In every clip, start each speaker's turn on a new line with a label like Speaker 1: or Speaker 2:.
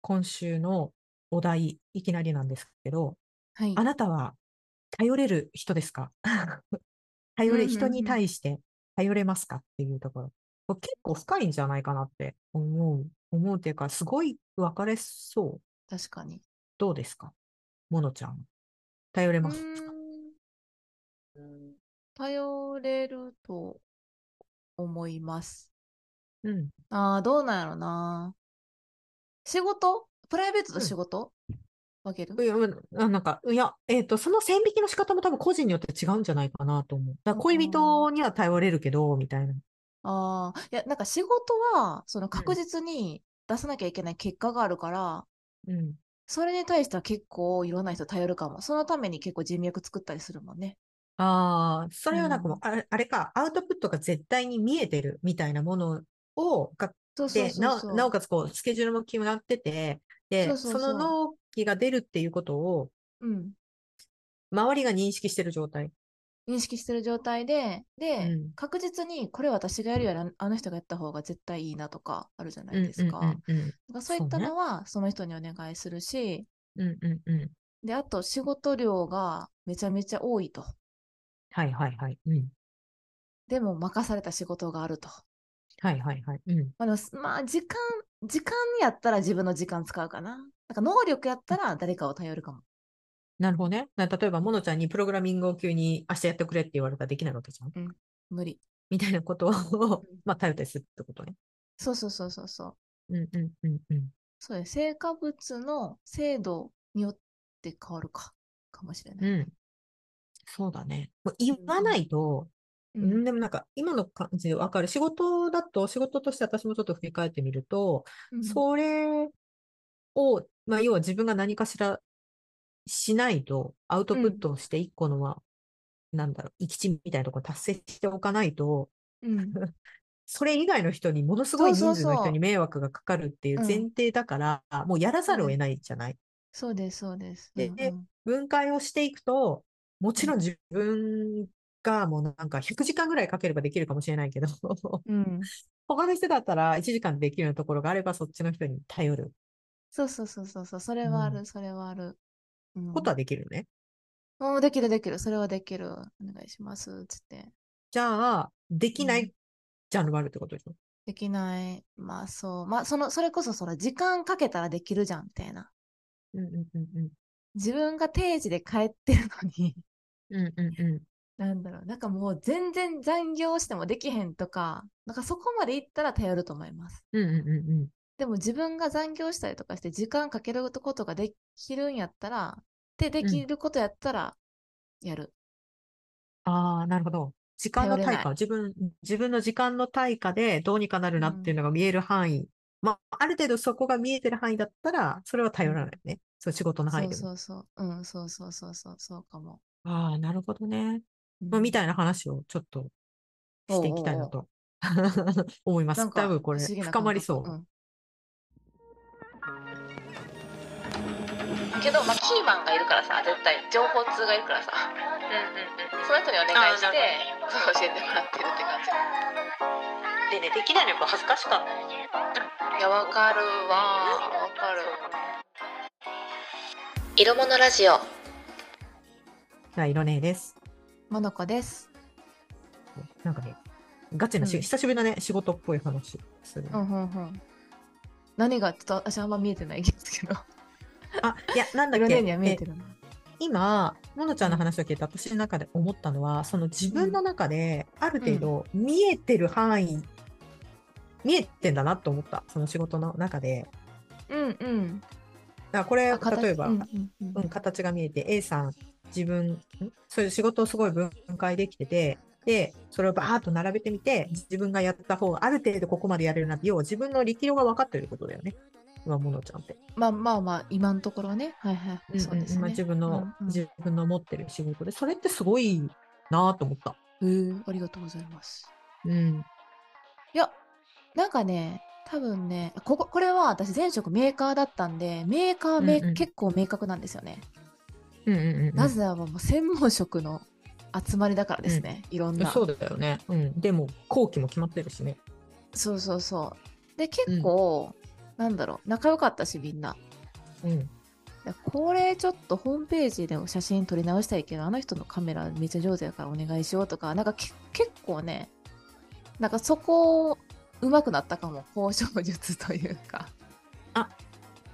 Speaker 1: 今週のお題、いきなりなんですけど、
Speaker 2: はい。
Speaker 1: あなたは頼れる人ですか 頼
Speaker 2: うんうんう
Speaker 1: れ、
Speaker 2: ん
Speaker 1: 人に対して頼れますかっていうところ。これ結構深いんじゃないかなって思う、思うっていうか、すごい分かれそう。
Speaker 2: 確かに。
Speaker 1: どうですかモノちゃん。頼れ
Speaker 2: う
Speaker 1: ますか
Speaker 2: ーん。頼れると思います。
Speaker 1: うん。
Speaker 2: ああ、どうなんやろな。仕事プライベート
Speaker 1: う
Speaker 2: と
Speaker 1: ん
Speaker 2: 仕事、分ける
Speaker 1: いや、うんあなんか、いや、えっと、その線引きの仕方も多分個人によって違うんじゃないかなと思う。だから恋人には頼れるけど、みたいな。
Speaker 2: ああ、いや、なんか仕事は、その確実に出さなきゃいけない結果があるから、
Speaker 1: うん。
Speaker 2: それに対しては結構いろんな人頼るかも。そのために結構人脈作ったりするもんね。
Speaker 1: ああ、それはなんかもう
Speaker 2: うん、
Speaker 1: あれ、あれか、アウトプットが絶対に見えてるみたいなものをが
Speaker 2: そうそう
Speaker 1: で、
Speaker 2: そう
Speaker 1: なお、
Speaker 2: そう。
Speaker 1: なおかつこう、スケジュールも決まってて、で、
Speaker 2: そうそうそう
Speaker 1: その納期が出るっていうことを、
Speaker 2: うん。
Speaker 1: 周りが認識してる状態。
Speaker 2: 認識してる状態で、で、
Speaker 1: うん
Speaker 2: 確実にこれ私がやるよりあのあの人がやった方が絶対いいなとかあるじゃないですか。だか
Speaker 1: うんうん
Speaker 2: らそういったのはその人にお願いするし、
Speaker 1: うんうん。うんうんうん。
Speaker 2: で、あと仕事量がめちゃめちゃ多いと。
Speaker 1: はいはいはい。うん。
Speaker 2: でも任された仕事があると。
Speaker 1: はいはいはい。うん。
Speaker 2: まあ、でもすまあ時間、時間やったら自分の時間使うかな。なんか能力やったら誰かを頼るかも。
Speaker 1: なるほどね。な例えば、モノちゃんにプログラミングを急に明日やってくれって言われたらできないわけじゃん。
Speaker 2: 無理。
Speaker 1: みたいなことを
Speaker 2: うん、
Speaker 1: まあ、頼ったりするってことね。
Speaker 2: そうそうそうそうそう。
Speaker 1: うんうんうんうん。
Speaker 2: そうです。成果物の精度によって変わるか。かもしれない。
Speaker 1: うん。そうだね。もう言わないと、
Speaker 2: う
Speaker 1: うん、でもなんか今の感じでわかる。仕事だと、仕事として私もちょっと振り返ってみると、
Speaker 2: うん
Speaker 1: それを、まあ要は自分が何かしらしないと、アウトプットをして一個のは、なんだろう、行き地みたいなところ達成しておかないと、
Speaker 2: うん
Speaker 1: それ以外の人に、ものすごい人
Speaker 2: そうそう
Speaker 1: 数
Speaker 2: そう
Speaker 1: の人に迷惑がかかるっていう
Speaker 2: うん
Speaker 1: 前提だから、もうやらざるを得ないじゃない。
Speaker 2: そうです、そう です。
Speaker 1: で
Speaker 2: うんうん
Speaker 1: 分解をしていくと、もちろん自分がもうなんか100時間ぐらいかければできるかもしれないけど、
Speaker 2: うん、
Speaker 1: 他の人だったら1時間できるようなところがあればそっちの人に頼る
Speaker 2: そうそうそうそうそう、それはあ
Speaker 1: う
Speaker 2: る、それはある。うん、
Speaker 1: ことはできるね。
Speaker 2: うんできる、できる、それはできる。お願いします、つって。
Speaker 1: じゃあ、できな
Speaker 2: う
Speaker 1: いジャンルもあるってことでしょ、
Speaker 2: できない。まあそう。まあその、それこそその時間かけたらできるじゃん、みたいな。
Speaker 1: うん、うんうん
Speaker 2: 自分が定時で帰ってるのに、
Speaker 1: うん。うんうんうん。
Speaker 2: なんだろう、なんかもう全然残業してもできへんとか、なんかそこまでいったら頼ると思います。
Speaker 1: うんうんうんうん。
Speaker 2: でも自分が残業したりとかして時間かけることができるんやったら、で、できることやったら、やる。
Speaker 1: ああ、なるほど。時間の
Speaker 2: 頼れない
Speaker 1: 対価、自分、自分の時間の対価でどうにかなるなっていうのが見える範囲。まあ、ある程度そこが見えてる範囲だったら、それは頼らないね。そう、仕事の範囲
Speaker 2: そう
Speaker 1: でも。
Speaker 2: そうそう。うん、そうそうそうそう、そうかも。
Speaker 1: ああ、なるほどね。
Speaker 2: うん
Speaker 1: まあ、みたいな話をちょっとしていきたいなと 思います。
Speaker 2: なんか
Speaker 1: 多分これ
Speaker 2: 不思議な
Speaker 1: 深まり
Speaker 2: 感
Speaker 1: そ
Speaker 2: 覚
Speaker 1: う。
Speaker 2: うんけど、まあ、キーマンがいるからさ、絶対、情報通がいるからさ、その人にお願いして
Speaker 1: あー、
Speaker 2: そう教えてもらってるって感じ。
Speaker 1: でね、できないのが恥ずかしかった。
Speaker 2: いや、わかるわ、わかる。色物ラジオ、
Speaker 1: じゃあ、色ねえです。
Speaker 2: モノコです。
Speaker 1: なんかね、ガチなし、
Speaker 2: うん
Speaker 1: 久しぶりだね、仕事っぽい話するね、
Speaker 2: うんうんうん。何が、ちょっと私あんま見えてないですけど、
Speaker 1: あ、いや、なんだっ
Speaker 2: 色
Speaker 1: け、
Speaker 2: ねには見えて
Speaker 1: え
Speaker 2: るな。
Speaker 1: 今、ものちゃんの話を聞いて、私の中で思ったのは、その自分の中で、ある程度、見えてる範囲、見えてんだなと思った、その仕事の中で。
Speaker 2: うんうん。
Speaker 1: だからこれ、
Speaker 2: あ形
Speaker 1: 例えば、
Speaker 2: うんうんうん
Speaker 1: うん、形が見えて A さん自分んそういう仕事をすごい分解できててでそれをバーッと並べてみて自分がやった方がある程度ここまでやれるなって要は自分の力量が分かってるってことだよね今ものちゃんって、
Speaker 2: まあまあまあ、今のところね。はいはい。そうですね。
Speaker 1: 今自分の、
Speaker 2: うんうん
Speaker 1: 自分の持ってる仕事でそれってすごいなと思った、
Speaker 2: へーありがとうございます。
Speaker 1: うん、
Speaker 2: いや、なんかね、多分ね、こここれは私前職メーカーだったんで、メーカーはめ、
Speaker 1: うんうん
Speaker 2: 結構明確なんですよね。
Speaker 1: うんうんうん
Speaker 2: なぜならばもう専門職の集まりだからですね。いろんな。
Speaker 1: そうだよね、うん、でも後期も決まってるしね
Speaker 2: そうそうそう。で、結構、なんだろう、仲良かったし、みんな。
Speaker 1: うん。
Speaker 2: いやこれちょっとホームページでお写真撮り直したいけどあの人のカメラめっちゃ上手やからお願いしようとかなんかけ結構ねなんかそこうまくなったかも交渉術というか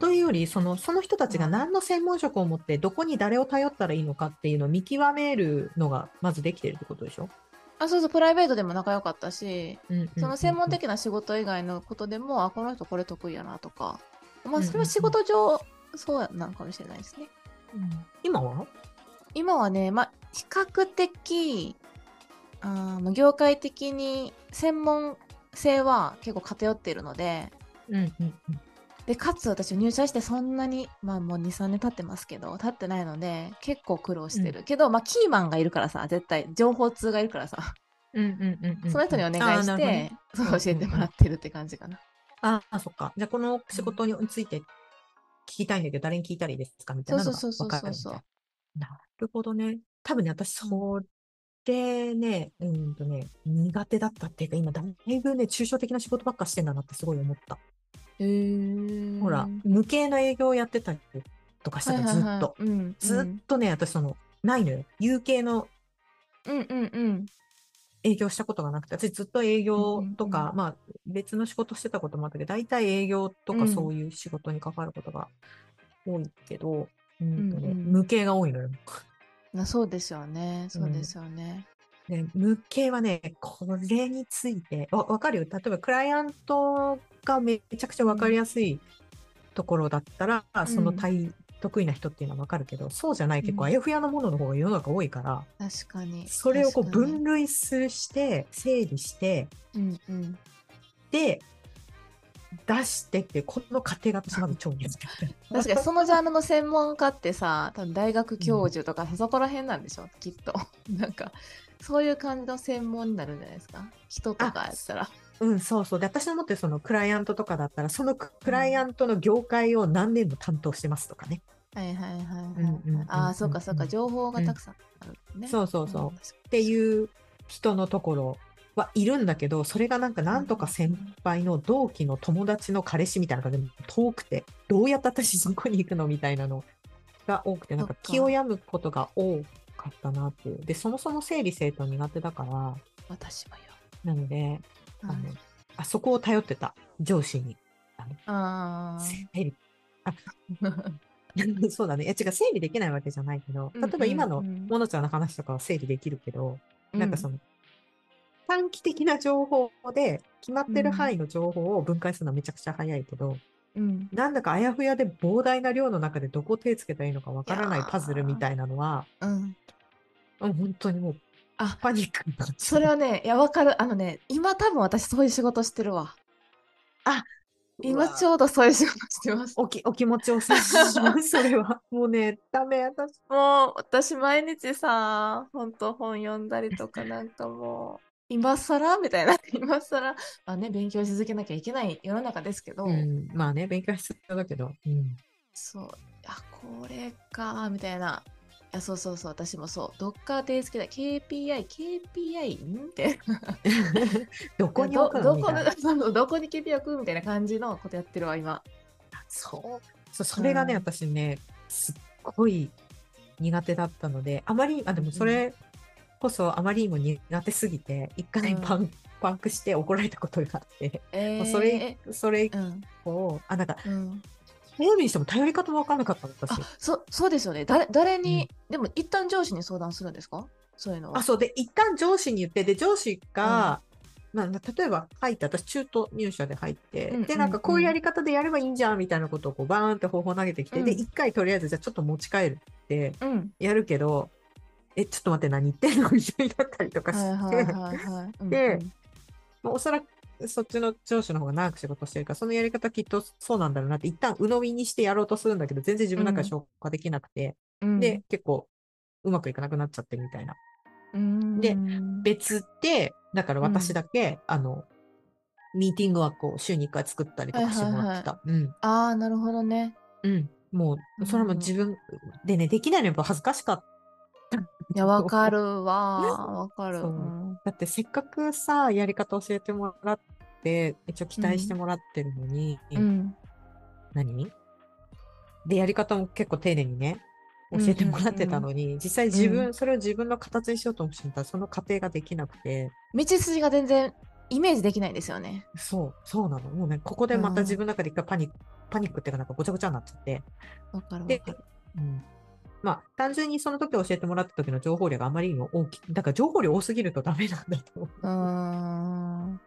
Speaker 1: というより、その、その人たちが何の専門職を持って、どこに誰を頼ったらいいのかっていうのを見極めるのが、まずできてるってことでしょ
Speaker 2: あそうそうプライベートでも仲良かったし
Speaker 1: うんうん
Speaker 2: その専
Speaker 1: う
Speaker 2: 門
Speaker 1: ん
Speaker 2: 的な仕事以外のことでも、あこの人これ得意やなとかま
Speaker 1: うんうんう
Speaker 2: あ
Speaker 1: ん
Speaker 2: それは仕事上そうなのかもしれないですね
Speaker 1: うん今は
Speaker 2: 今はね、まあ、比較的あーまあ業界的に専門性は結構偏っているので
Speaker 1: うんうんうん。
Speaker 2: でかつ私入社してそんなにまあもう23年経ってますけど経ってないので結構苦労してる、けどまあキーマンがいるからさ絶対情報通がいるからさ、
Speaker 1: うんうんうんうん。
Speaker 2: その人にお願
Speaker 1: あ
Speaker 2: い
Speaker 1: ー
Speaker 2: し
Speaker 1: な
Speaker 2: て、
Speaker 1: るほどね
Speaker 2: そう
Speaker 1: うんうんうん
Speaker 2: 教えてもらってるって感じかな、
Speaker 1: ああ、そっか。じゃあ、この仕事について聞きたいんだけど、誰に聞いたらいいですかみたいなのが
Speaker 2: そうそうそうそう
Speaker 1: 分かるみ
Speaker 2: そう
Speaker 1: たいな。なるほどね。多分ね、私、それね、うんとね、苦手だったっていうか、今、だいぶね、抽象的な仕事ばっかしてんだなってすごい思った。
Speaker 2: へー
Speaker 1: ほら
Speaker 2: はい、
Speaker 1: 無形の営業をやってたりとかした
Speaker 2: はい
Speaker 1: から、
Speaker 2: は
Speaker 1: ず
Speaker 2: い
Speaker 1: っと。
Speaker 2: うん
Speaker 1: ずっとね、私、その、ないのよ。有形の
Speaker 2: うんうんうん
Speaker 1: 営業したことがなくて、私ずっと営業と
Speaker 2: うんうん
Speaker 1: か、
Speaker 2: う
Speaker 1: まあ別の仕事してたこともあったけど、大体営業と
Speaker 2: う
Speaker 1: か
Speaker 2: ん
Speaker 1: そういう仕事に関わることが多いけど、うんとね
Speaker 2: うんうん
Speaker 1: 無形が多いのよ。
Speaker 2: なそうですよねそうですよね、
Speaker 1: で無形はね、これについて、わわかるよ。例えばクライアントがめちゃくちゃわかりやすいところだったら、
Speaker 2: ん
Speaker 1: その対得意な人っていうのはわかるけど、そうじゃない結構
Speaker 2: うん
Speaker 1: あやふやなものの方が世の中多いから、
Speaker 2: 確かに
Speaker 1: それをこう
Speaker 2: 確かに
Speaker 1: 分類すして、整理して、
Speaker 2: うんうん
Speaker 1: で出してっていうこの過程が私まず超苦手
Speaker 2: 確かにそのジャンルの専門家ってさ多分大学教授とかそこら辺なんでしょ、きっと なんかそういう感じの専門になるんじゃないですか人とかやったら
Speaker 1: うんそうそうで私の持ってるそのクライアントとかだったらそのククライアントの業界を何年も担当してますとかね、
Speaker 2: はいはいはいはい、
Speaker 1: うんうんうんうん
Speaker 2: ああそうかそうか情報がたくさんあるね、
Speaker 1: そうそうそう、っ
Speaker 2: 確かに
Speaker 1: ていう人のところはいるんだけどそれがなんかなんとか先輩の同期の友達の彼氏みたいな感じで遠くてどうやって私そこに行くのみたいなのが多くてなんか
Speaker 2: そっか
Speaker 1: 気を病むことが多かったなっていうでそもそも整理整頓苦手だから
Speaker 2: 私はよ、
Speaker 1: なので
Speaker 2: う
Speaker 1: あの
Speaker 2: ん、
Speaker 1: あそこを頼ってた、上司に。
Speaker 2: あ
Speaker 1: 整理。
Speaker 2: ー
Speaker 1: そうだね。いや違う、整理できないわけじゃないけど、例えば今の
Speaker 2: うんうんうん
Speaker 1: モノちゃんの話とかは整理できるけど、なんかその、短期的な情報で、決まってる範囲の情報を分解するのはめちゃくちゃ早いけど、
Speaker 2: うん
Speaker 1: なんだかあやふやで膨大な量の中でどこ手つけたらいいのかわからないい
Speaker 2: やー
Speaker 1: パズルみたいなのは、
Speaker 2: うん、うん、
Speaker 1: うん本当にもう、
Speaker 2: あ
Speaker 1: パニックになっちゃう
Speaker 2: それはねいやわかるあのね今多分私そういう仕事してるわ今ち
Speaker 1: うわ
Speaker 2: ょうどそういう仕事してます
Speaker 1: おきお気持ちを察し ます、それは。もうね、ダメ、私。
Speaker 2: もう私毎日さ、ほんと本読んだりとかなんかもう、今更みたいな、 今更、まあね、勉強し続けなきゃいけない世の中ですけど、
Speaker 1: うん、まあね、勉強は必要だけど。 うん
Speaker 2: そう、あ、これか、みたいな。いや、そうそうそう、私もそう、どっか手つけたい、KPI、KPI ん って、
Speaker 1: どこに置くの
Speaker 2: どど
Speaker 1: み
Speaker 2: こ
Speaker 1: たい
Speaker 2: の
Speaker 1: な。
Speaker 2: そうどこに KPI 置くみたいな感じのことやってるわ、今。
Speaker 1: そう。そうそれがね、
Speaker 2: うん
Speaker 1: 私ね、すっごい苦手だったので、あまり、あ、でもそれこそあまりにも苦手すぎて、一回
Speaker 2: うん
Speaker 1: パン、パンクして怒られたことがあって、
Speaker 2: え
Speaker 1: もうそれ、それ以
Speaker 2: えうん、
Speaker 1: 降、あ、なんか、
Speaker 2: うん。
Speaker 1: 頼りにしても頼り方もわかんなかったの、私
Speaker 2: あ。、そ、そうですよね。誰、誰に、でも一旦上司に相談するんですかそういうのは。
Speaker 1: あ、そう。で、一旦上司に言って、で、上司が、まあ、例えば入って、私中途入社で入って、
Speaker 2: うん
Speaker 1: で、なんか
Speaker 2: うん
Speaker 1: こういううんやり方でやればいいんじゃんみたいなことをこうバーンって方法投げてきて、で、
Speaker 2: うん
Speaker 1: 一回とりあえずじゃあちょっと持ち帰るって
Speaker 2: うん。
Speaker 1: やるけど、え、ちょっと待って、何言ってんのみたいになったりとかして、
Speaker 2: はいはいはいはいうんうん
Speaker 1: で まあおそらくそっちの上司の方が長く仕事してるから、そのやり方きっとそうなんだろうなって、一旦鵜呑みにしてやろうとするんだけど、全然自分なんか
Speaker 2: うん
Speaker 1: 消化できなくて、
Speaker 2: うん
Speaker 1: で、結構うまくいかなくなっちゃってるみたいな。
Speaker 2: うん
Speaker 1: で
Speaker 2: うん
Speaker 1: 別で、だから私だけ、あの、ミーティング枠を週に1回作ったりとかしてもらってた。
Speaker 2: ああなるほどね
Speaker 1: うん。うん。もう、それはもう自分でね、できないのやっぱ恥ずかしかった。
Speaker 2: いやわか。るわわかる
Speaker 1: そう
Speaker 2: うん
Speaker 1: だってせっかくさ、やり方教えてもらって、一応期待してもらってるのに、
Speaker 2: うん
Speaker 1: 何で、やり方も結構丁寧にね、教えてもらってたのに、実際自分、それを自分の形にしようと思ったら、その過程ができなくて、
Speaker 2: 道筋が全然イメージできないんですよね。
Speaker 1: そう、そうなの。もうね、ここでまた自分の中で一回パニック、パニックっていうかなんかごちゃごちゃになっちゃって、
Speaker 2: わかるわ
Speaker 1: で
Speaker 2: かる。
Speaker 1: うんまあ、単純にその時教えてもらった時の情報量があまりにも大きい。だから情報量多すぎるとダメなんだと思
Speaker 2: うーん。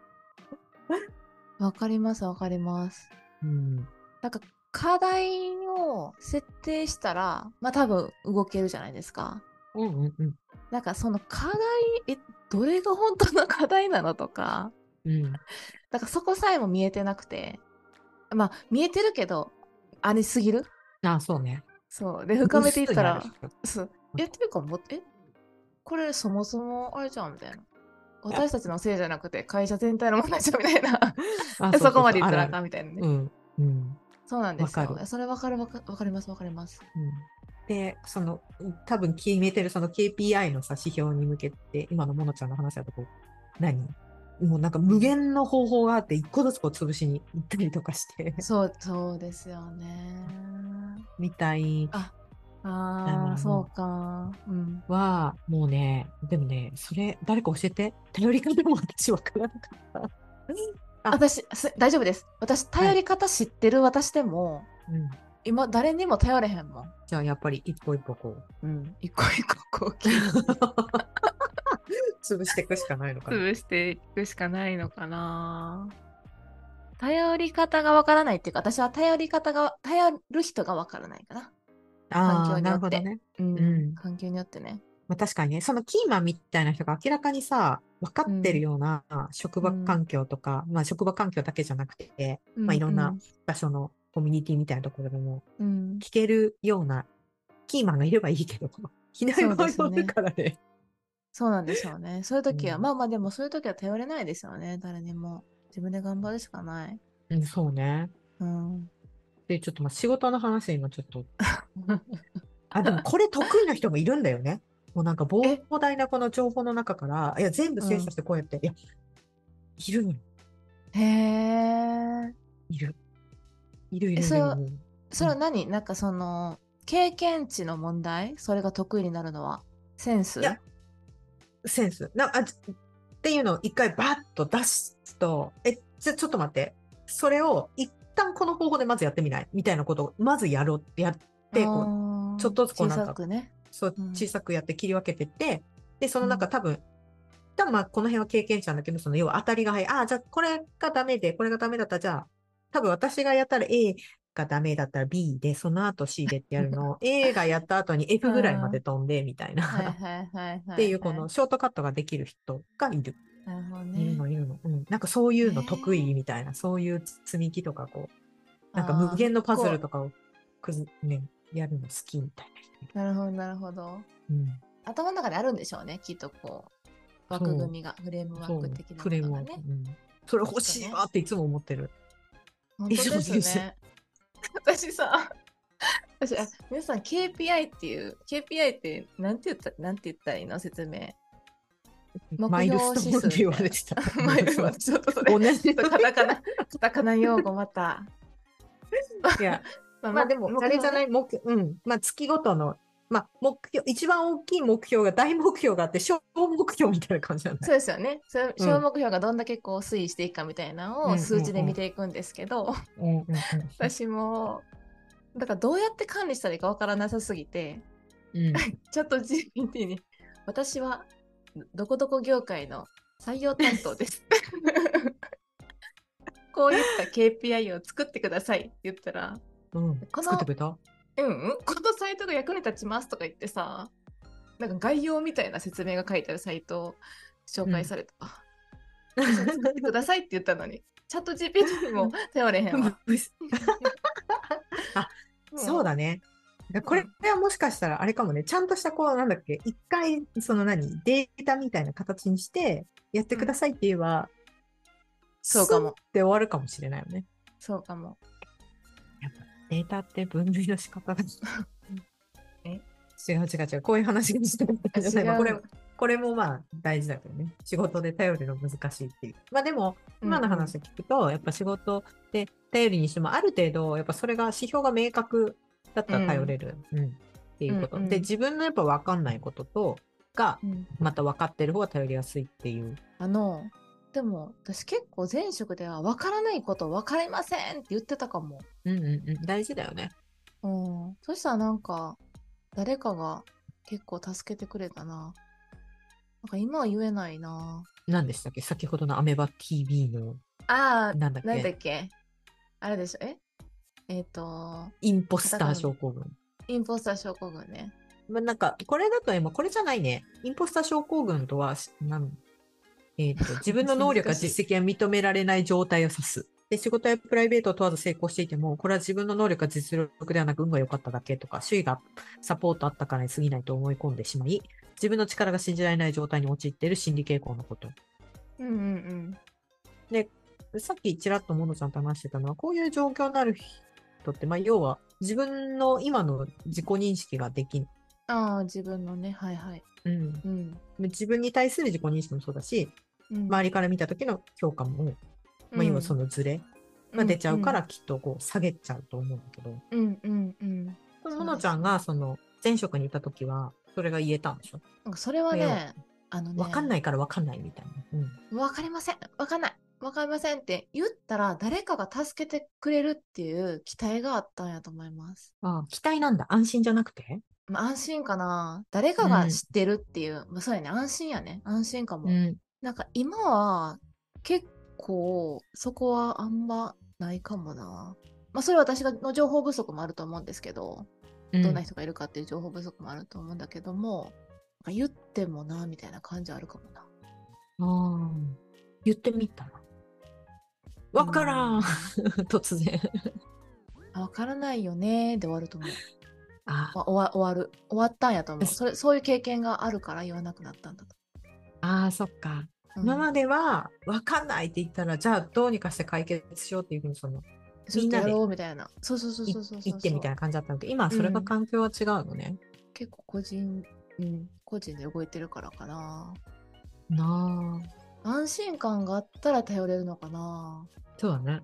Speaker 2: わかりますわかります。
Speaker 1: う。うん。
Speaker 2: なんか課題を設定したら、まあ多分動けるじゃないですか。
Speaker 1: うんうんうん。
Speaker 2: なんかその課題、え、どれが本当の課題なのとか、
Speaker 1: うん。
Speaker 2: なんかそこさえも見えてなくて、まあ見えてるけど、あれすぎる
Speaker 1: ああ、そうね。
Speaker 2: そう。で、深めていったら
Speaker 1: 薄、になる
Speaker 2: そう。え、っていうか、もうえ、これそもそもあれじゃんみたいな。私たちのせいじゃなくて、会社全体の問題じゃんみたいな。
Speaker 1: あ
Speaker 2: そこまでいったらあ
Speaker 1: ある
Speaker 2: か
Speaker 1: あ
Speaker 2: んみたいな
Speaker 1: る
Speaker 2: ね。
Speaker 1: うん。うん。
Speaker 2: そうなんです
Speaker 1: わか
Speaker 2: よ。それわかるわかわかりますわかります。
Speaker 1: うんで、その、多分決めてるその KPI のさ、指標に向けて、今のモノちゃんの話だとこう、何もうなんか無限の方法があって、一個ずつこう潰しに行ったりとかして、
Speaker 2: そう、そうですよね。
Speaker 1: みたい
Speaker 2: あ
Speaker 1: あ
Speaker 2: あ、
Speaker 1: の
Speaker 2: そうか。うん。
Speaker 1: は、もうね、でもね、それ、誰か教えて。頼り方も私わからなかった。あ
Speaker 2: 私、す大丈夫です。私、頼り方知ってる私でも、
Speaker 1: うん。
Speaker 2: 今、誰にも頼れへんもん。
Speaker 1: じゃあ、やっぱり一歩一歩こう、
Speaker 2: うん。一個一個、こう、切り
Speaker 1: 潰していくしかないのかな。
Speaker 2: 潰していくしかないのかな頼り方がわからないっていうか私は頼り方が頼る人がわからないかな、
Speaker 1: あ
Speaker 2: 環境
Speaker 1: あ、
Speaker 2: に
Speaker 1: な
Speaker 2: よ
Speaker 1: る
Speaker 2: っ
Speaker 1: ほ
Speaker 2: て
Speaker 1: どね。
Speaker 2: うん
Speaker 1: うん
Speaker 2: 環境によってね
Speaker 1: まあ、確かにね、そのキーマンみたいな人が明らかにさ、分かってるような職場環境とか、まあ職場環境だけじゃなくて、まあいろんな場所のコミュニティみたいなところでも
Speaker 2: うん、うん
Speaker 1: 聞けるようなキーマンがいればいいけど、 ひな
Speaker 2: そうで
Speaker 1: い
Speaker 2: すね
Speaker 1: 場合もあるからね。
Speaker 2: そうなんでしょうねそういう時は、
Speaker 1: うん
Speaker 2: まあまあでもそういう時は頼れないですよね誰にも自分で頑張るしかない
Speaker 1: うん、そうね。
Speaker 2: うん
Speaker 1: で、ちょっとまあ仕事の話今ちょっと。あ、でもこれ得意な人もいるんだよね。もうなんか膨
Speaker 2: え
Speaker 1: 大なこの情報の中から、いや、全部精査してこうやって、いや、いるのよ。
Speaker 2: へえ
Speaker 1: いる。いるいるいるいる。
Speaker 2: えそれはそれは何、なんかその経験値の問題それが得意になるのはセンス
Speaker 1: いやセンス。なあちっていうのを一回バッと出すと、え、じゃちょっと待って。それを一旦この方法でまずやってみないみたいなことをまずやろうってやって、
Speaker 2: あ
Speaker 1: こう、
Speaker 2: ー
Speaker 1: ちょっとずつこうなんか
Speaker 2: 小さくね
Speaker 1: そう
Speaker 2: うん
Speaker 1: 小さくやって切り分けてって、で、その中
Speaker 2: うん
Speaker 1: 多分、多分まあこの辺は経験者なんだけど、その要は当たりが早い。ああ、じゃあこれがダメで、これがダメだったら、じゃあ、多分私がやったら A がダメだったら B で、その後 C でってやる のを、A がやった後に F ぐらいまで飛んで、みたい
Speaker 2: はい
Speaker 1: な。
Speaker 2: はいはいはい、はい。
Speaker 1: っていうこの。ショートカットができる人がいる。
Speaker 2: なるほど
Speaker 1: いる
Speaker 2: ね
Speaker 1: の。いるの、うん、なんかそういうの得
Speaker 2: ね
Speaker 1: 意みたいな、そういう積み木とかこうなんか無限のパズルとかをくず、ね、やるの好きみたいな人いる
Speaker 2: あー。なるほどなるほど。頭の中であるんでしょうね、きっとこう。
Speaker 1: そう
Speaker 2: 枠組みが、フレーム
Speaker 1: うん、
Speaker 2: ワ
Speaker 1: そ
Speaker 2: ー
Speaker 1: う
Speaker 2: ク的な
Speaker 1: フレー
Speaker 2: も
Speaker 1: ム
Speaker 2: の
Speaker 1: ワ
Speaker 2: が
Speaker 1: ーク、
Speaker 2: ね。
Speaker 1: うん、それ欲しいわっていつも思ってる、
Speaker 2: 本
Speaker 1: ね
Speaker 2: 当
Speaker 1: そう
Speaker 2: で
Speaker 1: ですす
Speaker 2: ね。 私さ、私あ皆さん KPI っていう、KPI ってなんて言ったなんて言ったらいいの 説明。目標
Speaker 1: マイルストーンって言われてた
Speaker 2: 前はちょっとそれ、
Speaker 1: 同じ
Speaker 2: ちょっとカタカナ、カタカナ用語また。
Speaker 1: いや
Speaker 2: ま。
Speaker 1: まあでもあれじゃないい目標うんまあ月ごとのまあ目標一番大きい目標が大目標があって小目標みたいな感じじゃない
Speaker 2: そうですよね。それ小目標がどんだけこう推移していくかみたいな
Speaker 1: う
Speaker 2: の
Speaker 1: んう
Speaker 2: を
Speaker 1: んうん
Speaker 2: 数値で見ていくんですけど、
Speaker 1: うんうんうん
Speaker 2: 私もだからどうやって管理したらいいかわからなさすぎて
Speaker 1: うん
Speaker 2: チャット GPT に「私はどこどこ業界の採用担 当です」こういった KPI を作ってくださいって言ったら
Speaker 1: うん、
Speaker 2: この
Speaker 1: 作ってくれた
Speaker 2: 「うん、うん、このサイトが役に立ちます」とか言ってさなんか概要みたいな説明が書いてあるサイトを紹介された、あ私は作ってくださいって言ったのにチャット GPT にも頼れへんわ。
Speaker 1: そうだね。だこれはもしかしたらあれかもね、ちゃんとしたこう、なんだっけ、一回、その何、データみたいな形にして、やってくださいって言えば、
Speaker 2: そうかも
Speaker 1: スンって終わるかもしれないよね。
Speaker 2: そうかも。
Speaker 1: データって分類の仕方 が。
Speaker 2: え
Speaker 1: 違う違う違う、こういう話がしてたんじゃないまあこれ。これもまあ大事だけどね。仕事で頼るの難しいっていう。まあでも、今の話を聞くと、やっぱ仕事で頼りにしても、ある程度、やっぱそれが指標が明確だったら頼れる。うん。っていうこと。
Speaker 2: うんうん
Speaker 1: で、自分のやっぱ分かんないことと、が、また分かってる方が頼りやすいっていう。
Speaker 2: あのでも私結構前職では分からないこと分かりませんって言ってたかも、
Speaker 1: うんうんうん。大事だよね。
Speaker 2: うん、そしたらなんか誰かが結構助けてくれたななんか今は言えないな
Speaker 1: 何でしたっけ先ほどのアメバ TV の、
Speaker 2: あ
Speaker 1: なんだっ
Speaker 2: なんだ
Speaker 1: け
Speaker 2: っけあれでしょええっ、と
Speaker 1: インポスタ
Speaker 2: だか
Speaker 1: ー
Speaker 2: ら
Speaker 1: 症候群。
Speaker 2: インポスター症候群ね
Speaker 1: まあ、なんか、これだと今、これじゃないね。インポスター症候群とは、しなんえー と自分の能力や
Speaker 2: 難しい
Speaker 1: 実績が認められない状態を指す。で、仕事やプライベートを問わず成功していても、これは自分の能力や実力ではなく運が良かっただけとか、周囲がサポートあったからに過ぎないと思い込んでしまい、自分の力が信じられない状態に陥っている心理傾向のこと。
Speaker 2: うんうんうん
Speaker 1: さっきちらっとモノちゃんと話してたのは、こういう状況になる人って、まあ、要は自分の今の自己認識ができん、
Speaker 2: ああ自分のねはいはい
Speaker 1: うん、
Speaker 2: うん
Speaker 1: 自分に対する自己認識もそうだし、
Speaker 2: うん
Speaker 1: 周りから見た時の評価も、まあ、今そのズレが出ちゃうから、きっとこう下げちゃうと思うんだけど、
Speaker 2: うんうんうん
Speaker 1: で
Speaker 2: うです
Speaker 1: ものちゃんがその前職にいた時は、それが言えたんでしょ
Speaker 2: なんかそれは
Speaker 1: これ
Speaker 2: ね、あのね、。
Speaker 1: わかんないいからわかんないみたいな。うん。
Speaker 2: わかりません。わかんない。わかりませんって言ったら、誰かが助けてくれるっていう期待があったんやと思います。
Speaker 1: ああ期待なんだ。安心じゃなくて
Speaker 2: まあ、安心かな。誰かが知ってるっていう、まあ、そうやね。安心やね。安心かも。
Speaker 1: ん。
Speaker 2: なんか今は、結構、そこはあんまないかもな。まあ、それは私がの情報不足もあると思うんですけど、どんな人がいるかっていう情報不足もあると思うんだけども、なんか言ってもな、みたいな感じはあるかもな。
Speaker 1: ああ。言ってみたら。わからん。突然。
Speaker 2: あわからないよねーで終わると思う。
Speaker 1: あ
Speaker 2: まあ、終わ終わる終わったんやと思う
Speaker 1: です
Speaker 2: それそういう経験があるから言わなくなったんだと、
Speaker 1: あー、そっか。
Speaker 2: うん
Speaker 1: 今までは、わかんないって言ったら、じゃあどうにかして解決しようっていうふうに、その、
Speaker 2: ちょ
Speaker 1: み
Speaker 2: っ
Speaker 1: ん
Speaker 2: と
Speaker 1: な
Speaker 2: や
Speaker 1: で
Speaker 2: ろうみたいなそうそうそう
Speaker 1: い
Speaker 2: そうそうそう
Speaker 1: 行ってみたいな感じだったんだけど、今はそれが
Speaker 2: うん
Speaker 1: 環境は違うのね。
Speaker 2: 結構個人、うん、個人で動いてるからかな
Speaker 1: なあ。
Speaker 2: 安心感があったら頼れるのかな
Speaker 1: そうだね。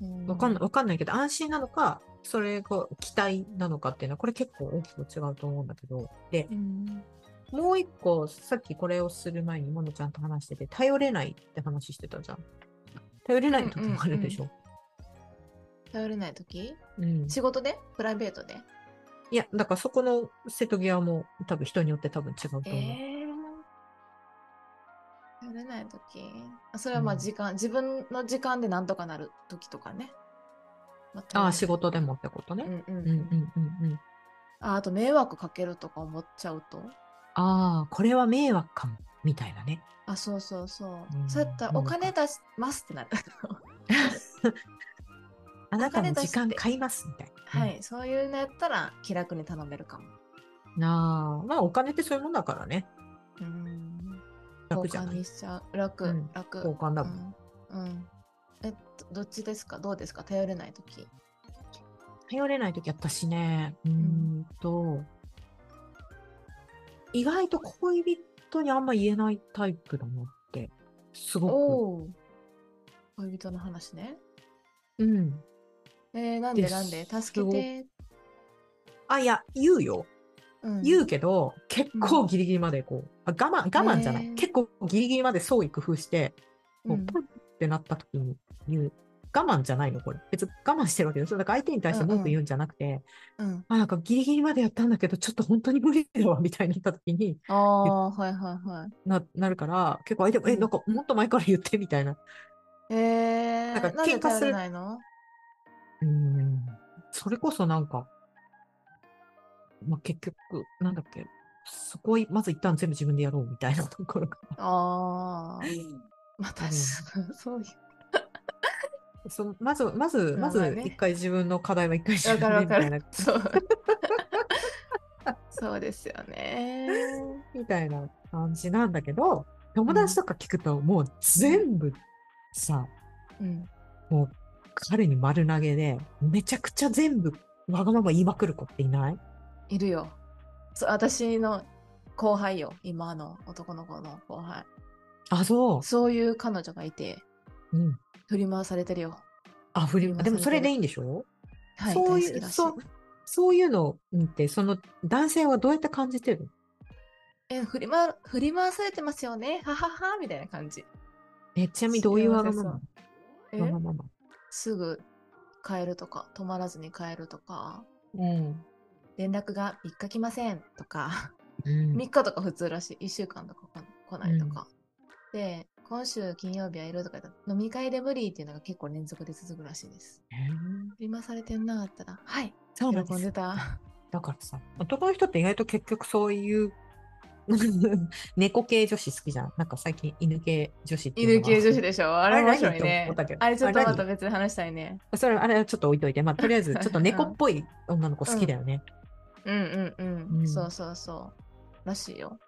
Speaker 2: うん
Speaker 1: わかんない、わかんないけど、安心なのか、それが期待なのかっていうのは、これ結構大きく違うと思うんだけど。で、
Speaker 2: うん
Speaker 1: もう一個、さっきこれをする前に、ものちゃんと話してて、頼れないって話してたじゃん。頼れない時もあるでしょ。
Speaker 2: 頼れない時
Speaker 1: うん
Speaker 2: 仕事でプライベートで
Speaker 1: いや、だからそこの瀬戸際も多分人によって多分違うと思う。
Speaker 2: 頼れない時あそれはま
Speaker 1: う
Speaker 2: あ
Speaker 1: ん
Speaker 2: 時間、自分の時間でなんとかなる時とかね、ま
Speaker 1: ああ、仕事
Speaker 2: で
Speaker 1: でもってことね。
Speaker 2: うん
Speaker 1: う
Speaker 2: うんん、
Speaker 1: う
Speaker 2: うんん
Speaker 1: うんうん。
Speaker 2: ああと迷惑かけるとか思っちゃうと
Speaker 1: ああ、これは迷惑かも、みたいなね。
Speaker 2: あそうそうそう、
Speaker 1: うん
Speaker 2: そうやったらお金出しますってなる
Speaker 1: あなたの
Speaker 2: お金出
Speaker 1: 時
Speaker 2: して
Speaker 1: 間買います、みたいな。
Speaker 2: はい、そういうのやったら気楽に頼めるかも
Speaker 1: うん。なあ、まあお金ってそういうもんだからね。
Speaker 2: うん
Speaker 1: 楽
Speaker 2: 交
Speaker 1: じゃな
Speaker 2: 換
Speaker 1: い
Speaker 2: に。しちゃう楽、
Speaker 1: うん
Speaker 2: 楽
Speaker 1: 交換だもん。
Speaker 2: うん、うんえっとどっちですかどうですか頼れない時
Speaker 1: 頼れないとき、私ね、うーんと、意外と恋人にあんま言えないタイプだなって、すご
Speaker 2: おお恋人の話ね
Speaker 1: く。うん。
Speaker 2: えー、なんで
Speaker 1: です
Speaker 2: なんで助けて
Speaker 1: あ、いや、言うよ。
Speaker 2: うん
Speaker 1: 言うけど、結構ギリギリまでこう、あ我慢、我慢じゃない、
Speaker 2: ねえ
Speaker 1: 結構ギリギリまで創意工夫して、こ
Speaker 2: う
Speaker 1: うんポンってなった時に言う。我慢じゃないのこれ。別に我慢してるわけですよ。だから相手に対して文句言うんじゃなくて、
Speaker 2: うん、
Speaker 1: あ、なんかギリギリまでやったんだけど、ちょっと本当に無理だわ、みたいになった時に
Speaker 2: ああはいはいは
Speaker 1: な、なるから、結構相手も、え、
Speaker 2: うん
Speaker 1: なんかもっと前から言って、みたいな。
Speaker 2: いえー、
Speaker 1: なんか
Speaker 2: なんで
Speaker 1: 喧嘩する
Speaker 2: 頼れないの
Speaker 1: うーん。それこそなんか、まあ、結局、なんだっけ、そこい、まず一旦全部自分でやろう、みたいな ところが。
Speaker 2: ああまた、そういう
Speaker 1: そのまず、まず、
Speaker 2: ん
Speaker 1: ま
Speaker 2: まあ
Speaker 1: ず、
Speaker 2: ね
Speaker 1: 一回自分の課題は一回自
Speaker 2: わか
Speaker 1: 分み
Speaker 2: るわか
Speaker 1: たい
Speaker 2: る
Speaker 1: な、。
Speaker 2: そう。 そうですよね。
Speaker 1: みたいな感じなんだけど、友達とか聞くと、もう全部さ、
Speaker 2: うん。
Speaker 1: 彼に丸投げで、めちゃくちゃ全部、わがまま言いまくる子っていない
Speaker 2: いるよ。そう、私の後輩よ。今の男の子の後輩。
Speaker 1: あ、そ
Speaker 2: そういう彼女がいて、
Speaker 1: う。うん。
Speaker 2: 振り回されてるよ。
Speaker 1: あ、振り
Speaker 2: 振
Speaker 1: は
Speaker 2: り回
Speaker 1: でも
Speaker 2: されてる
Speaker 1: それでいいんでしょ
Speaker 2: はい、
Speaker 1: そう
Speaker 2: 大
Speaker 1: い
Speaker 2: 好き
Speaker 1: う、
Speaker 2: だし。
Speaker 1: そう、そういうのって、その男性はどうやって感じてるの
Speaker 2: え、振り回、振り回されてますよね。ははは、みたいな感じ。
Speaker 1: え、ちなみにどういうわがまま
Speaker 2: え
Speaker 1: わがまま。
Speaker 2: すぐ帰るとか、止まらずに帰るとか、
Speaker 1: うん。
Speaker 2: 連絡が3日来ませんとか、
Speaker 1: うん
Speaker 2: 3日とか普通らしい。1週間とか来ないとか。で、今週金曜日はいるとか言ったら飲み会で無理っていうのが結構連続で続くらしいです。
Speaker 1: へー
Speaker 2: 振り回されてなかったら、はい、
Speaker 1: そうなん
Speaker 2: 喜
Speaker 1: で
Speaker 2: ん
Speaker 1: す
Speaker 2: で
Speaker 1: よ。
Speaker 2: た。
Speaker 1: だからさ、男の人って意外と結局そういう、 猫系女子好きじゃん。なんか最近犬系女子っていう
Speaker 2: 犬
Speaker 1: のが
Speaker 2: 系女子でしょあ
Speaker 1: れ
Speaker 2: れ面白い
Speaker 1: 何と
Speaker 2: ね
Speaker 1: 思ったけ。ど
Speaker 2: あれちょっと
Speaker 1: あれ
Speaker 2: ま
Speaker 1: 何
Speaker 2: た別で話したいね。
Speaker 1: それあれはちょっと置いといて、まあ、とりあえずちょっと猫っぽい女の子好きだよね。
Speaker 2: うんうんうん。
Speaker 1: うん
Speaker 2: そうそうそう。らしいよ。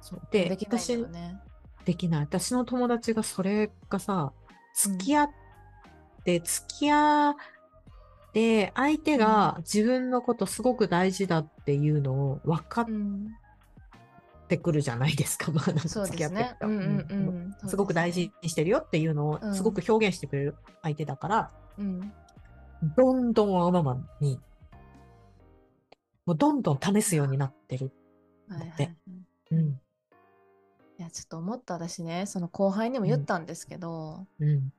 Speaker 1: そうで
Speaker 2: できない
Speaker 1: 私
Speaker 2: よね。
Speaker 1: できない。私の友達がそれがさ、付き合って、付き合って、相手が自分のことすごく大事だっていうのを分かっ
Speaker 2: うん、
Speaker 1: てくるじゃないですか。ま あ、なんか
Speaker 2: そう
Speaker 1: 付き
Speaker 2: で
Speaker 1: 合っ
Speaker 2: す
Speaker 1: て
Speaker 2: ね
Speaker 1: き。た。
Speaker 2: うんうんう
Speaker 1: うん
Speaker 2: ん。そうですね
Speaker 1: すごく大事。にしてるよっていうの
Speaker 2: う
Speaker 1: を
Speaker 2: ん
Speaker 1: すごく表現してくれる相手だから、
Speaker 2: うん。
Speaker 1: どんどんわがままに、もうどんどん試すようになってる。
Speaker 2: はいは
Speaker 1: だ
Speaker 2: い
Speaker 1: っ
Speaker 2: は
Speaker 1: て
Speaker 2: い。
Speaker 1: うん。
Speaker 2: いや、ちょっと思った私ね、その後輩にも言ったんですけど、
Speaker 1: うん。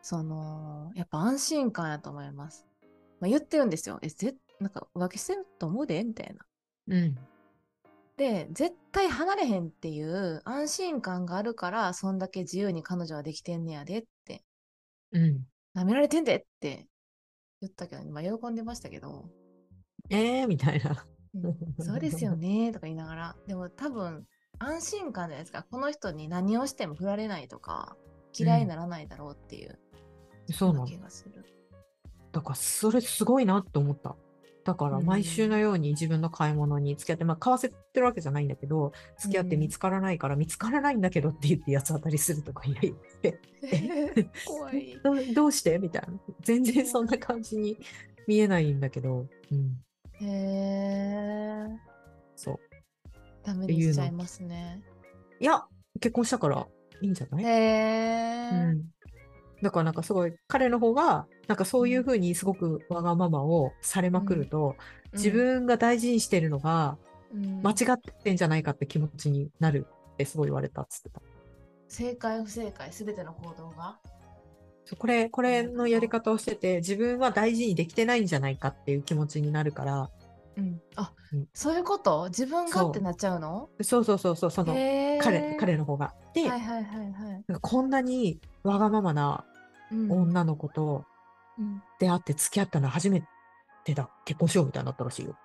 Speaker 2: その、やっぱ安心感やと思います。まあ、言ってるんですよ。え、ぜなんか浮気してると思うでみたいな。
Speaker 1: うん。
Speaker 2: で、絶対離れへんっていう安心感があるから、そんだけ自由に彼女はできてんねやでって、
Speaker 1: うん。
Speaker 2: 舐められてんでって言ったけど、まあ喜んでましたけど、
Speaker 1: えー、みたい な。
Speaker 2: うんそうですよねとか言いながら、でも多分安心感じゃないですか。この人に何をしても振られないとか、嫌いにならないだろうっていう、
Speaker 1: そうなの
Speaker 2: 気。がする。
Speaker 1: だから、それすごいなって思った。だから、
Speaker 2: うん
Speaker 1: 毎週のように自分の買い物に付き合って、まあ、買わせてるわけじゃないんだけど、付き合って見つからないから、見つからないんだけどって言って八つ当たりするとか言いって、
Speaker 2: 怖い。
Speaker 1: どうどうしてみたいな。全然そんな感じに見えないんだけど、うん、
Speaker 2: へえ、
Speaker 1: そう。
Speaker 2: ダメにしちゃいますね。
Speaker 1: いや、結婚したからいいんじゃない
Speaker 2: へえ、
Speaker 1: うん、だからなんかすごい彼の方がなんかそういうふうにすごくわがままをされまくると、自分が大事にしてるのが
Speaker 2: うん
Speaker 1: 間違ってんじゃないかって気持ちになるってすごい言われたっつってた。
Speaker 2: 正解不正解すべての行動が
Speaker 1: そうこれこれのやり方をしてて自分は大事にできてないんじゃないかっていう気持ちになるから
Speaker 2: うんあ、
Speaker 1: うん
Speaker 2: そういうこと自分
Speaker 1: そ
Speaker 2: が
Speaker 1: う
Speaker 2: ってなっちゃうの
Speaker 1: そうそうそうそうその
Speaker 2: へー
Speaker 1: 彼彼の方が。で、
Speaker 2: はいはいはいはい
Speaker 1: なんかこんなにわがままな
Speaker 2: うん
Speaker 1: 女の子と
Speaker 2: うん
Speaker 1: 出会って付き合ったの初めてだ結婚しようみたいになったらしいよ。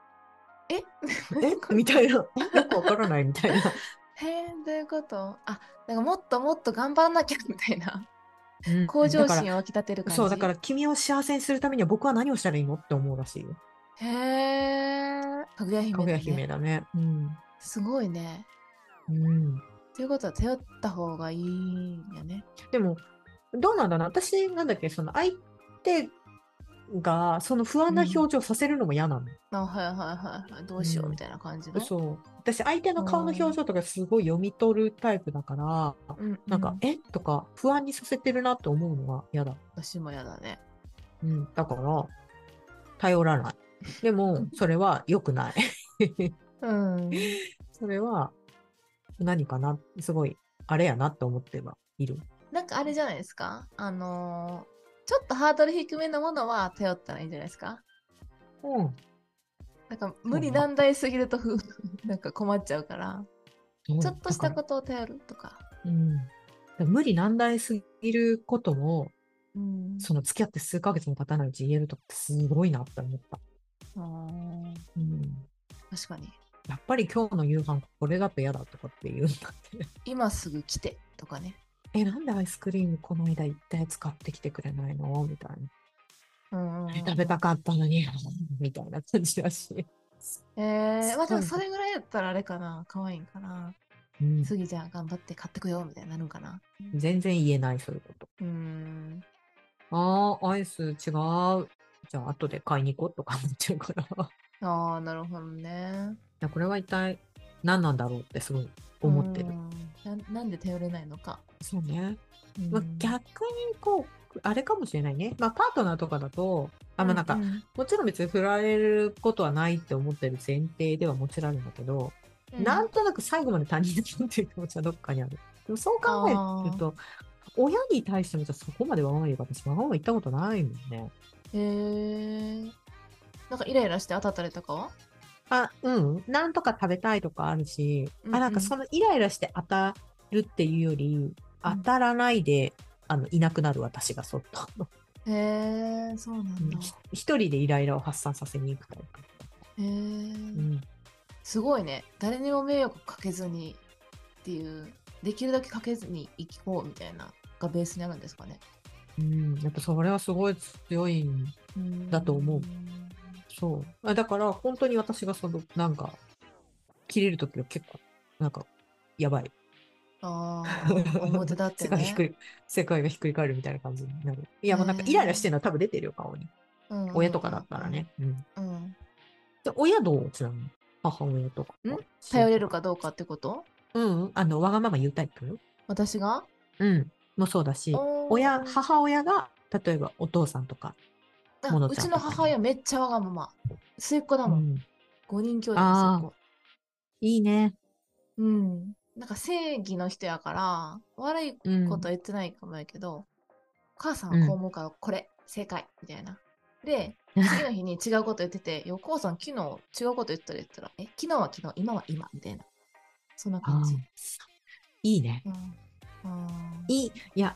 Speaker 2: え
Speaker 1: えみたいな。えよくわからないみたいな。
Speaker 2: へえどういうことあなんかもっともっと頑張んなきゃみたいな
Speaker 1: うん
Speaker 2: 向
Speaker 1: だ
Speaker 2: 上
Speaker 1: から
Speaker 2: 心を湧き立てる感じ
Speaker 1: そう、だから君を幸せにするためには僕は何をしたらいいのって思うらしいよ。
Speaker 2: へえかぐや姫
Speaker 1: かぐや
Speaker 2: だね
Speaker 1: 姫だね。うん。
Speaker 2: すごいね
Speaker 1: うん。
Speaker 2: ということは頼った方がいいんやね
Speaker 1: でも、どうなんだろうな。私、なんだっけ、その相手が、その不安な表情をさせるのも嫌なの。
Speaker 2: あはいはいはいはいどうしよう
Speaker 1: うん
Speaker 2: みたいな感じの、
Speaker 1: そう。私、相手の顔の表情とかすごい読み取るタイプだから、
Speaker 2: うんうん、
Speaker 1: なんか、えとか、不安にさせてるなと思うのが嫌だ。
Speaker 2: 私もやだね
Speaker 1: うん。だから、頼らない。でも、それは良くない。
Speaker 2: うん
Speaker 1: それは何かなすごいあれやなって思ってはいる。
Speaker 2: なんかあれじゃないですかあのーちょっとハードル低めのものは頼ったらいいんじゃないですか
Speaker 1: うん。
Speaker 2: なんか無理難題すぎるとふなんか困っちゃうから、ちょっとし
Speaker 1: と。だ
Speaker 2: た
Speaker 1: か
Speaker 2: ことを頼るとか。
Speaker 1: らうん。だから無理難題すぎることも、
Speaker 2: うん
Speaker 1: その付き合って数ヶ月も経たないうち言えるとってすごいなって思った。
Speaker 2: あー
Speaker 1: うん。
Speaker 2: 確かに。
Speaker 1: やっぱり今日の夕飯これだと嫌だとかって言うんだって。
Speaker 2: 今すぐ来てとかね。
Speaker 1: え、なんでアイスクリームこの間一体使ってきてくれないのみたいな。
Speaker 2: うんうんうん
Speaker 1: 食べたかったのに、 みたいな感じだしい。
Speaker 2: えー、まあでも
Speaker 1: そ
Speaker 2: そうれぐらいだったらあれかな。可愛いんかな。
Speaker 1: うん、
Speaker 2: すぎじゃん、頑張って買ってくよみたいになるんかな。
Speaker 1: 全然言えない、そういうこと。
Speaker 2: うん。
Speaker 1: ああ、アイス違う。じゃあ、後で買いに行こうとか思っちゃうから。 だか
Speaker 2: ああ、なるほどね。
Speaker 1: らこれは一体何なんだろうってすごい思ってる
Speaker 2: う。んな。なんで頼れないのか。
Speaker 1: そうね。まあ、逆にこう、あれかもしれないね。まあ、パートナーとかだと、あまあなんか、もちろん別に振られることはないって思ってる前提ではもちろんあるんだけど、なんとなく最後まで他人だっていう気持ちはどっかにある。でもそう考えると、親に対してもじゃあそこまでわがまま言うか私わがまま言ったことないもんね。
Speaker 2: へえなんかイライラして当たったりとかは
Speaker 1: あ、うん。なんとか食べたいとかあるし、
Speaker 2: うんう
Speaker 1: あ、
Speaker 2: ん
Speaker 1: なんかそのイライラして当たるっていうより、当たらないで、あの、いなくなる私がそっと。
Speaker 2: へえそうなんだ
Speaker 1: ひ一人でイライラを発散させに行くタイプ。
Speaker 2: へえ、
Speaker 1: うん。
Speaker 2: すごいね誰にも迷惑かけずにっていうできるだけかけずに生きこうみたいなのがベースにあるんですかね
Speaker 1: うん、やっぱそれはすごい強いんだと思うそう。あだから、本当に私がその、なんか、切れるときは結構、なんか、やばい。
Speaker 2: あ あ表立って
Speaker 1: 世界
Speaker 2: ね
Speaker 1: ひっくり、世界がひっくり返るみたいな感じになる。いや、もうなんか、イライラしてるのは多分出てるよ、顔に。
Speaker 2: うんうんうん
Speaker 1: 親とかだったらね。うん。
Speaker 2: うん
Speaker 1: で親どうちなみに母親とか。
Speaker 2: ん頼れ
Speaker 1: る
Speaker 2: るかどうかってこと
Speaker 1: うん。あの、わがまま言うタイプ
Speaker 2: 私が
Speaker 1: うん。もそうだし、親、母親が、例えばお父さんとか。
Speaker 2: あ
Speaker 1: もの
Speaker 2: う
Speaker 1: ちゃん
Speaker 2: ち
Speaker 1: と
Speaker 2: の
Speaker 1: かね
Speaker 2: 母親めっちゃわがまま末っ子だも、
Speaker 1: うんん
Speaker 2: 五5人兄弟
Speaker 1: あー
Speaker 2: 末っ子
Speaker 1: いいね。
Speaker 2: うんなんか正義の人やから悪いことは言ってないかもやけど、お母さんはこう思うからこれ、正解みたいなで次の日に違うこと言ってて いやお母さん昨日違うこと言ったら言ったらえ昨日は昨日今は今みたいなそんな
Speaker 1: あ
Speaker 2: 感じ
Speaker 1: ーいいね。
Speaker 2: うんあー
Speaker 1: いい、いや、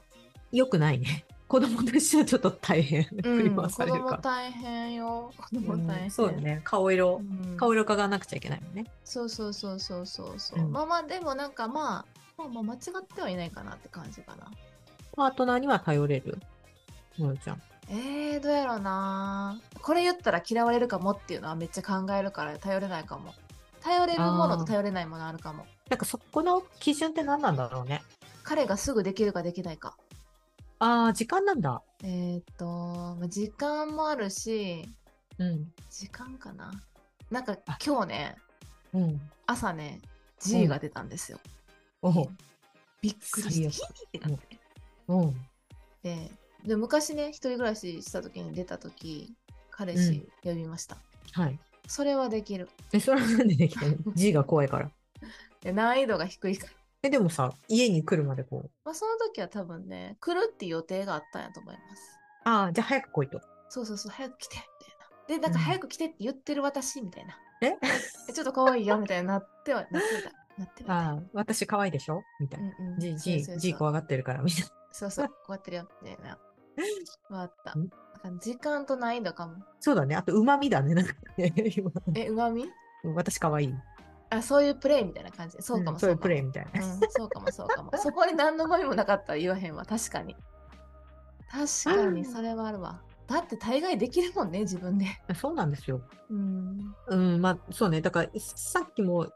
Speaker 1: 良くないね。 子供としてはちょっと大変。振
Speaker 2: う
Speaker 1: り
Speaker 2: ん、
Speaker 1: 回
Speaker 2: 子
Speaker 1: される
Speaker 2: 供
Speaker 1: か
Speaker 2: 大変よ子
Speaker 1: ら。
Speaker 2: 供大変、
Speaker 1: うんそうだね。顔色
Speaker 2: う、ん
Speaker 1: 顔色伺わなくちゃいけないもんね。
Speaker 2: そうそうそうそうそうそう、
Speaker 1: うん
Speaker 2: まあまあでもなんかまあまあまあ間違ってはいないかなって感じかな
Speaker 1: パートナーには頼れる。のよちゃん。
Speaker 2: えー、どうやろうなこれ言ったら嫌われるかもっていうのはめっちゃ考えるから頼れないかも頼れるものと頼れないものあるかも
Speaker 1: なんかそこの基準って何なんだろうね。
Speaker 2: 彼がすぐできるかできないか
Speaker 1: ああ、時間なんだ。
Speaker 2: えー、っとまあ時間もあるし
Speaker 1: うん。
Speaker 2: 時間かななんか
Speaker 1: あ
Speaker 2: 今日ね
Speaker 1: うん。
Speaker 2: 朝ね G が出たんですよ、
Speaker 1: おう。
Speaker 2: びっくりしてヒ
Speaker 1: 最
Speaker 2: ーってなって
Speaker 1: うん。
Speaker 2: でで昔ね一人暮らしした時に出た時彼氏呼びました、
Speaker 1: はい。
Speaker 2: それはできる
Speaker 1: え、それはなんでできた の ?G が怖いから。
Speaker 2: で難易度が低いから、
Speaker 1: え、でもさ、家に来るまでこう。
Speaker 2: まあ、その時は多分ね来るっていう予定があったんやと思います
Speaker 1: ああ、じゃあ早く来いと。
Speaker 2: そうそうそう早く来てみたいなでなんか
Speaker 1: うん
Speaker 2: 早く来てって言ってる私みたいな、
Speaker 1: え
Speaker 2: ちょっと可愛いよみたいになってはなってたなってた
Speaker 1: ああ、私可愛いでしょみたいな。
Speaker 2: うんうん
Speaker 1: G、G
Speaker 2: そうそうそう、
Speaker 1: G 怖がってるから、みたいな。
Speaker 2: そうそうこうやってるよみたいなわあった
Speaker 1: ん
Speaker 2: なんか時間と難易度かも
Speaker 1: そうだね。あと、旨味だね。なんかね、 今。
Speaker 2: えうまみ
Speaker 1: 私可愛い。
Speaker 2: あそういうプレイみたいな感じそうかも
Speaker 1: んそういう
Speaker 2: か
Speaker 1: プ
Speaker 2: も
Speaker 1: レイみたいな。
Speaker 2: うん、そうかもそうかも。そこに何のゴミもなかったら言わへんわ。確かに。確かに、それはあるわ。だって大概できるもんね、自分で。
Speaker 1: そうなんですよ。
Speaker 2: うん。
Speaker 1: うん、まあ、そうね。だから、さっきも、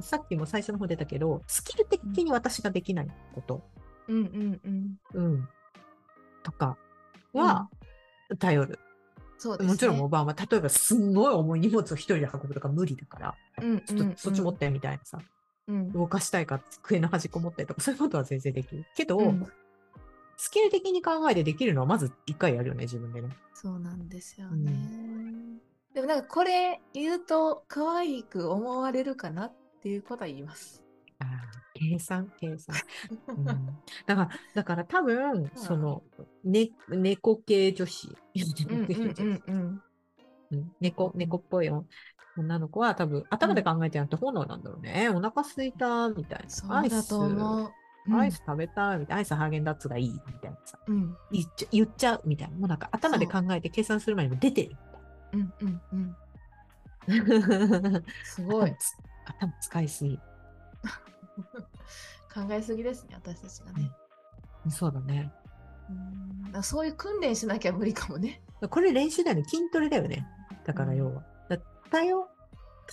Speaker 1: さっきも最初の方出たけど、スキル的に私ができないこと、
Speaker 2: うんうんうん。
Speaker 1: うん、とかは、頼る。
Speaker 2: そうですね。
Speaker 1: もちろん、おばあは、例えば、すんごい重い荷物を一人で運ぶとか無理だから、
Speaker 2: うん
Speaker 1: ちょっとそっち持っ。てみたいなさ、
Speaker 2: うん。
Speaker 1: 動かしたいから机の端っこ持ったりとか、そういうことは全然できる。けど、
Speaker 2: うん
Speaker 1: スキル的に考えてできるのは、まず一回やるよね、自分でね。
Speaker 2: そうなんですよね。でもなんかこれ言うと可愛く思われるかなっていうことは言います。
Speaker 1: あー計算、計 算。うんだから、だから多分、その、ね、猫系女子、
Speaker 2: うんうんうんうん。
Speaker 1: うん猫、猫っぽい女の子は多分、頭で考えてなくて本能なんだろうね。えお腹すいた、みたいな。
Speaker 2: そうだと思う。
Speaker 1: アイス、アイス食べたい、みたいな。アイスハーゲンダッツがいい、みたいなさ。
Speaker 2: うん。うん
Speaker 1: 言っちゃ言っちゃう、みたいな。もうなんか頭で考えて計算する前にも出てる。
Speaker 2: うんうんうん。すご
Speaker 1: 頭
Speaker 2: い。
Speaker 1: つ 頭使いすぎ。
Speaker 2: 考えすぎですね、私たちがね。
Speaker 1: そうだね。
Speaker 2: うんだからそういう訓練しなきゃ無理かもね。
Speaker 1: これ練習だよね。筋トレだよね。だから要は。だ頼、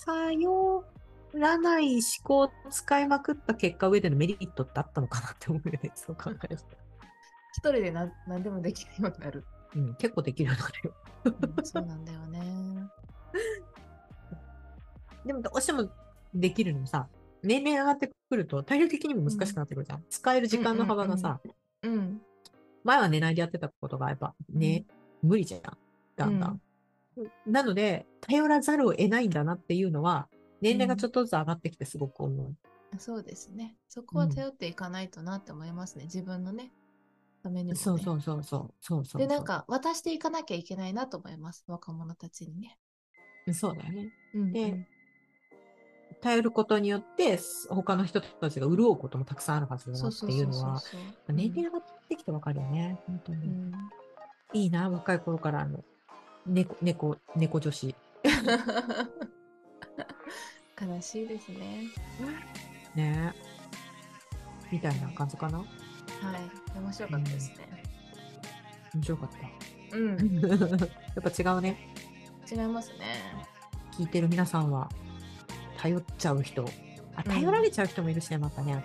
Speaker 1: 頼らない思考を使いまくった結果上でのメリットってあったのかなって思うよね。 そう考えると。
Speaker 2: 一人で何何でもできるようになる。
Speaker 1: うん、結構できるようになるよ。
Speaker 2: うんそうなんだよね。
Speaker 1: でもどうしてもできるのもさ、年齢上がってくると体力的にも難しくなってくるじゃん。使える時間の幅がさ、
Speaker 2: うん。
Speaker 1: 前は狙いでやってたことがやっぱね、無理じゃん。だんだん。なので、頼らざるを得ないんだなっていうのは、年齢がちょっとずつ上がってきてすごく思う。
Speaker 2: そうですね。そこは
Speaker 1: うん
Speaker 2: 頼っていかないとなって思いますね。自分のね、ためにも、ね。
Speaker 1: そうそうそうそう。そうそうそう
Speaker 2: で、なん、か、渡していかなきゃいけないなと思います。若者たちにね。
Speaker 1: そうだよね。
Speaker 2: うん
Speaker 1: で頼ることによって、す他の人たちが潤うこともたくさんあるはず
Speaker 2: うん、
Speaker 1: だ
Speaker 2: そ
Speaker 1: なっ
Speaker 2: うそ
Speaker 1: て
Speaker 2: う
Speaker 1: い
Speaker 2: そうう
Speaker 1: の
Speaker 2: そう
Speaker 1: は、
Speaker 2: そう。
Speaker 1: 年齢が上がってきてわかるよね。本当に。
Speaker 2: うん
Speaker 1: いいな、若い頃からあの、猫、猫、猫女子。
Speaker 2: うん悲しいですね。
Speaker 1: ねみたいな感じかな。
Speaker 2: はい。面白かったですね。
Speaker 1: 面白かっ た。
Speaker 2: うん。
Speaker 1: やっぱ違うね。
Speaker 2: 違いますね。
Speaker 1: 聞いてる皆さんは、頼っちゃう人。あ、頼られちゃう人もいるしね、またね。れ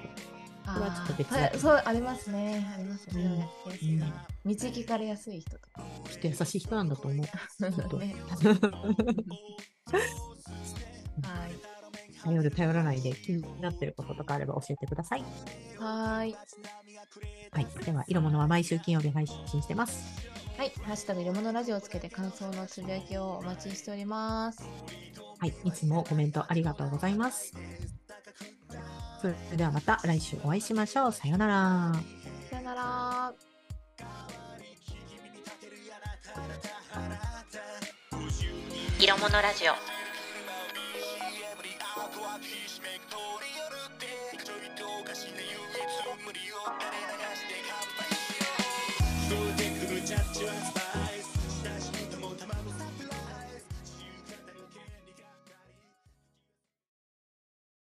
Speaker 1: はちょっと別だ
Speaker 2: あーたそう、ありますね。ありますね。
Speaker 1: うん
Speaker 2: やってやすいな導きかれやすい人と か。
Speaker 1: きっと優しい人なんだと思う。っと
Speaker 2: ねはい。
Speaker 1: 頼る、頼らないで気になってることとかあれば教えてください。
Speaker 2: はーい。
Speaker 1: はい。では、色物は毎週金曜日配信してます。
Speaker 2: はい。ハッシュタグ、レモのラジオをつけて感想のつぶやきをお待ちしております。
Speaker 1: はい。いつもコメントありがとうございます。それではまた来週お会いしましょう。さようなら。
Speaker 2: さよなら。
Speaker 3: 色物ラジオ
Speaker 4: 出てくるジャッジは